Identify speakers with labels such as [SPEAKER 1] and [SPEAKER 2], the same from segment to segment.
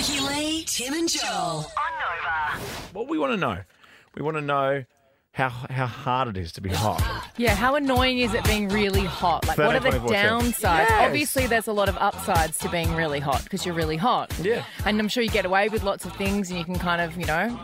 [SPEAKER 1] Jay, Tim, and Joel.
[SPEAKER 2] What we want to know, we want to know how how hard it is to be hot.
[SPEAKER 3] Yeah, how annoying is it being really hot? Like, what are the
[SPEAKER 2] 13, 14.
[SPEAKER 3] downsides?
[SPEAKER 2] Yes.
[SPEAKER 3] Obviously, there's a lot of upsides to being really hot because you're really hot.
[SPEAKER 2] Yeah.
[SPEAKER 3] And I'm sure you get away with lots of things and you can kind of, you know,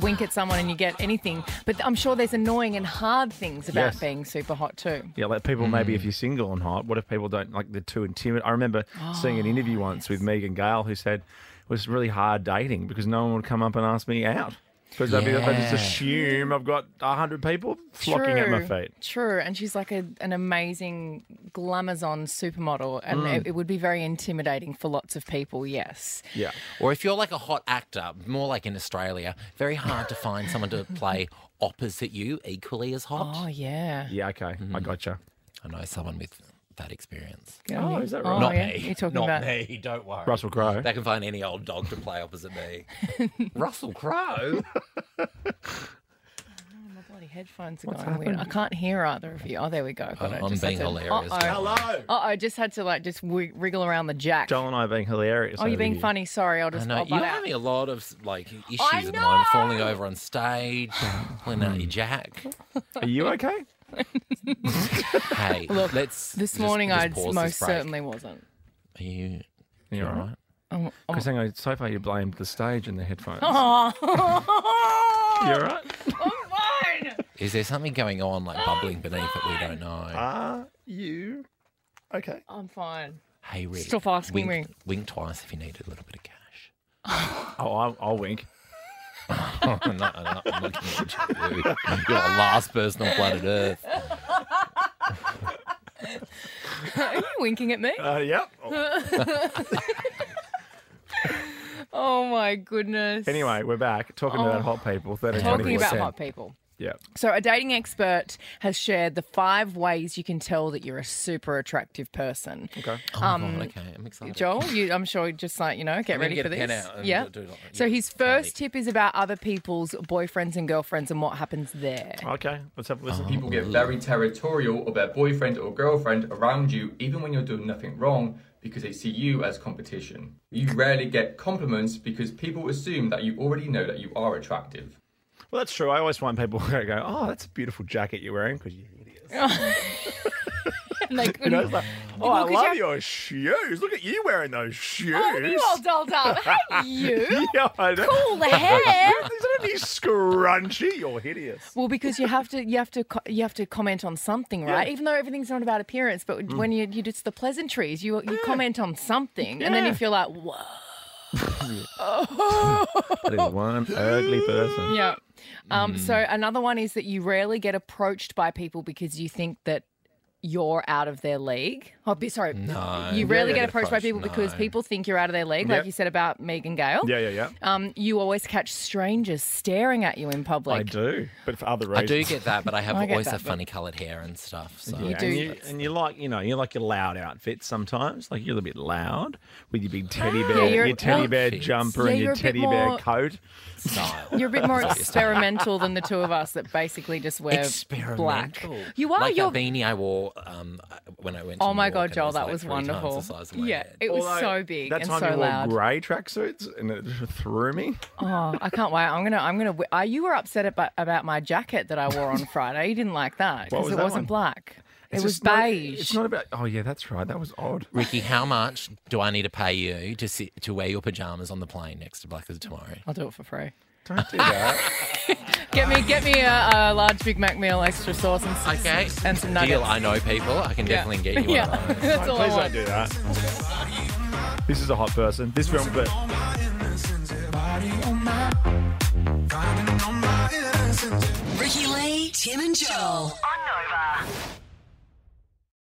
[SPEAKER 3] wink at someone and you get anything. But I'm sure there's annoying and hard things about
[SPEAKER 2] Yes.
[SPEAKER 3] being super hot too.
[SPEAKER 2] Yeah, like people maybe if
[SPEAKER 3] Hmm.
[SPEAKER 2] you're single and hot, what if people don't like they're too intimid? I remember seeing an
[SPEAKER 3] Oh,
[SPEAKER 2] interview once with Megan Gale who said it was really hard dating because no one would come up and ask me out. Because they'd be they just
[SPEAKER 4] Yeah.
[SPEAKER 2] assume I've got hundred people flocking at my
[SPEAKER 3] True,
[SPEAKER 2] feet.
[SPEAKER 3] True. And she's like a, an amazing glamazon supermodel. And
[SPEAKER 2] Mm.
[SPEAKER 3] it, it would be very intimidating for lots of people, yes.
[SPEAKER 2] Yeah.
[SPEAKER 4] Or if you're like a hot actor, more like in Australia, very hard to find someone to play opposite you equally as
[SPEAKER 3] Oh,
[SPEAKER 4] hot.
[SPEAKER 3] yeah.
[SPEAKER 2] Yeah, okay.
[SPEAKER 3] Hmm.
[SPEAKER 2] I gotcha.
[SPEAKER 4] I know someone with that experience.
[SPEAKER 3] Good on
[SPEAKER 2] Oh,
[SPEAKER 3] you.
[SPEAKER 2] is that
[SPEAKER 3] Oh,
[SPEAKER 2] right?
[SPEAKER 4] Not
[SPEAKER 3] yeah.
[SPEAKER 4] me.
[SPEAKER 3] You're talking
[SPEAKER 4] Not
[SPEAKER 3] about
[SPEAKER 4] me. Don't worry.
[SPEAKER 2] Russell Crowe.
[SPEAKER 4] They can find any old dog to play opposite me. Russell Crowe.
[SPEAKER 3] My bloody headphones are going weird. I can't hear either of you. Oh, there we go. Got it.
[SPEAKER 4] I'm
[SPEAKER 3] Just had
[SPEAKER 4] being
[SPEAKER 3] to-
[SPEAKER 4] hilarious.
[SPEAKER 3] Uh-oh.
[SPEAKER 2] Hello.
[SPEAKER 3] Uh-oh, I just had to like just wi- wriggle around the jack.
[SPEAKER 2] Joel and I are being hilarious.
[SPEAKER 3] oh, you're
[SPEAKER 2] over
[SPEAKER 3] being
[SPEAKER 2] here.
[SPEAKER 3] funny. Sorry, I'll
[SPEAKER 4] I
[SPEAKER 3] just.
[SPEAKER 4] know
[SPEAKER 3] I'll
[SPEAKER 4] you're
[SPEAKER 3] butt out.
[SPEAKER 4] having a lot of like issues
[SPEAKER 3] I
[SPEAKER 4] at the moment, falling
[SPEAKER 3] know.
[SPEAKER 4] over on stage, pulling out your jack.
[SPEAKER 2] Are you okay?
[SPEAKER 4] Hey, look, let's.
[SPEAKER 3] This
[SPEAKER 4] just-
[SPEAKER 3] morning,
[SPEAKER 4] just
[SPEAKER 3] I
[SPEAKER 4] pause this
[SPEAKER 3] most
[SPEAKER 4] break.
[SPEAKER 3] certainly wasn't.
[SPEAKER 4] Are you?
[SPEAKER 2] You're all right. Because hang on, so far you blamed the stage and the headphones.
[SPEAKER 3] Oh,
[SPEAKER 2] You're all right.
[SPEAKER 3] I'm fine.
[SPEAKER 4] Is there something going on like bubbling beneath that we don't know?
[SPEAKER 2] Are you okay?
[SPEAKER 3] I'm fine.
[SPEAKER 4] hey, Rick.
[SPEAKER 3] stop asking
[SPEAKER 4] wink,
[SPEAKER 3] me.
[SPEAKER 4] Wink twice if you need a little bit of cash.
[SPEAKER 2] Oh, I'll, I'll wink.
[SPEAKER 4] I'm not, Oh, I'm not looking at you. You're the last person on planet Earth.
[SPEAKER 3] Are you winking at me?
[SPEAKER 2] Uh, yep.
[SPEAKER 3] Oh my goodness.
[SPEAKER 2] Anyway, we're back talking about hot people. 13,
[SPEAKER 3] Oh. talking about
[SPEAKER 2] 24.
[SPEAKER 3] hot people.
[SPEAKER 2] Yeah.
[SPEAKER 3] So, a dating expert has shared the five ways you can tell that you're a super attractive person. Um,
[SPEAKER 2] Okay.
[SPEAKER 4] Oh, my God, okay, I'm excited.
[SPEAKER 3] Joel, you, I'm sure just like, you know, get
[SPEAKER 4] I'm gonna
[SPEAKER 3] ready
[SPEAKER 4] get
[SPEAKER 3] for
[SPEAKER 4] a pen
[SPEAKER 3] this.
[SPEAKER 4] out and
[SPEAKER 3] yeah.
[SPEAKER 4] do- do like-
[SPEAKER 3] so
[SPEAKER 4] yeah,
[SPEAKER 3] his
[SPEAKER 4] can't
[SPEAKER 3] first
[SPEAKER 4] wait.
[SPEAKER 3] tip is about other people's boyfriends and girlfriends and what happens there.
[SPEAKER 2] Okay. Let's have a listen.
[SPEAKER 5] People get very territorial of their boyfriend or girlfriend around you, even when you're doing nothing wrong, because they see you as competition. You rarely get compliments because people assume that you already know that you are attractive.
[SPEAKER 2] Well, that's true. I always find people who go, "Oh, that's a beautiful jacket you're wearing," because you idiots.
[SPEAKER 3] And they
[SPEAKER 2] You
[SPEAKER 3] couldn't.
[SPEAKER 2] know, it's like, "Oh, I
[SPEAKER 3] Look at
[SPEAKER 2] love
[SPEAKER 3] your-
[SPEAKER 2] your shoes. Look at you wearing those shoes."
[SPEAKER 3] oh, you all dolled up. Hey, you.
[SPEAKER 2] yeah, I know.
[SPEAKER 3] Cool hair.
[SPEAKER 2] Isn't it scrunchy? You're hideous.
[SPEAKER 3] Well, because you have to, you have to, co- you have to comment on something, right? Even though everything's not about appearance, but
[SPEAKER 4] Mm.
[SPEAKER 3] when you, you it's the pleasantries, you you comment on something, and then
[SPEAKER 2] Yeah.
[SPEAKER 3] you feel like, whoa,
[SPEAKER 2] That is one ugly person.
[SPEAKER 3] yeah. Um, So
[SPEAKER 4] Mm.
[SPEAKER 3] another one is that you rarely get approached by people because you think that you're out of their league. Oh, be- sorry,
[SPEAKER 4] No.
[SPEAKER 3] you rarely
[SPEAKER 4] Yeah,
[SPEAKER 3] get approached by people because
[SPEAKER 4] no.
[SPEAKER 3] people think you're out of their league,
[SPEAKER 2] Yep.
[SPEAKER 3] like you said about Megan Gale.
[SPEAKER 2] Yeah, yeah, yeah.
[SPEAKER 3] Um, you always catch strangers staring at you in public.
[SPEAKER 2] I do, but for other
[SPEAKER 4] I
[SPEAKER 2] reasons.
[SPEAKER 4] do get that, but I have
[SPEAKER 3] I get
[SPEAKER 4] always
[SPEAKER 3] that,
[SPEAKER 4] have
[SPEAKER 3] but-
[SPEAKER 4] funny coloured hair and stuff. So
[SPEAKER 3] You
[SPEAKER 2] Yeah,
[SPEAKER 3] do.
[SPEAKER 2] And you, and you like, you know, you like your loud outfits sometimes. Like you're a bit loud with your
[SPEAKER 3] Ah,
[SPEAKER 2] big teddy bear,
[SPEAKER 3] you're-
[SPEAKER 2] your teddy
[SPEAKER 3] well,
[SPEAKER 2] bear
[SPEAKER 4] Outfits.
[SPEAKER 2] jumper
[SPEAKER 3] Yeah,
[SPEAKER 2] and
[SPEAKER 3] you're
[SPEAKER 2] your
[SPEAKER 3] a bit
[SPEAKER 2] teddy bear
[SPEAKER 3] more-
[SPEAKER 2] coat.
[SPEAKER 4] style.
[SPEAKER 3] You're a bit more
[SPEAKER 4] Is what you're saying.
[SPEAKER 3] experimental than the two of us that basically just wear
[SPEAKER 4] experimental.
[SPEAKER 3] black. You are.
[SPEAKER 4] like
[SPEAKER 3] you're.
[SPEAKER 4] that beanie I wore um, when I went. To
[SPEAKER 3] oh my
[SPEAKER 4] New York
[SPEAKER 3] god,
[SPEAKER 4] and it
[SPEAKER 3] Joel, that
[SPEAKER 4] like
[SPEAKER 3] was
[SPEAKER 4] three times the
[SPEAKER 3] wonderful.
[SPEAKER 4] size of my
[SPEAKER 3] Yeah,
[SPEAKER 4] head.
[SPEAKER 3] it was
[SPEAKER 2] Although,
[SPEAKER 3] so big
[SPEAKER 2] That
[SPEAKER 3] and
[SPEAKER 2] time
[SPEAKER 3] so
[SPEAKER 2] you wore
[SPEAKER 3] loud.
[SPEAKER 2] grey tracksuits and it just threw me.
[SPEAKER 3] Oh, I can't wait. I'm gonna. I'm gonna. I, you were upset about, about my jacket that I wore on Friday. You didn't like
[SPEAKER 2] What
[SPEAKER 3] that because
[SPEAKER 2] was
[SPEAKER 3] it
[SPEAKER 2] that
[SPEAKER 3] wasn't
[SPEAKER 2] one?
[SPEAKER 3] black.
[SPEAKER 2] It's
[SPEAKER 3] it was
[SPEAKER 2] just not-
[SPEAKER 3] beige.
[SPEAKER 2] it's not about. Oh yeah, that's right. That was odd.
[SPEAKER 4] Ricky, how much do I need to pay you to sit to wear your pajamas on the plane next to Blackers tomorrow?
[SPEAKER 3] I'll do it for free.
[SPEAKER 2] Don't do that.
[SPEAKER 3] Get me, get me a, a large Big Mac meal, extra sauce, and some,
[SPEAKER 4] Okay,
[SPEAKER 3] and some nuggets.
[SPEAKER 4] deal. I know people. I can definitely get you one.
[SPEAKER 3] yeah,
[SPEAKER 4] Of those.
[SPEAKER 3] that's all I
[SPEAKER 2] Please uh, don't
[SPEAKER 3] want.
[SPEAKER 2] do that. This is a hot person. This film clip.
[SPEAKER 1] Ricky Lee, Tim, and Joel.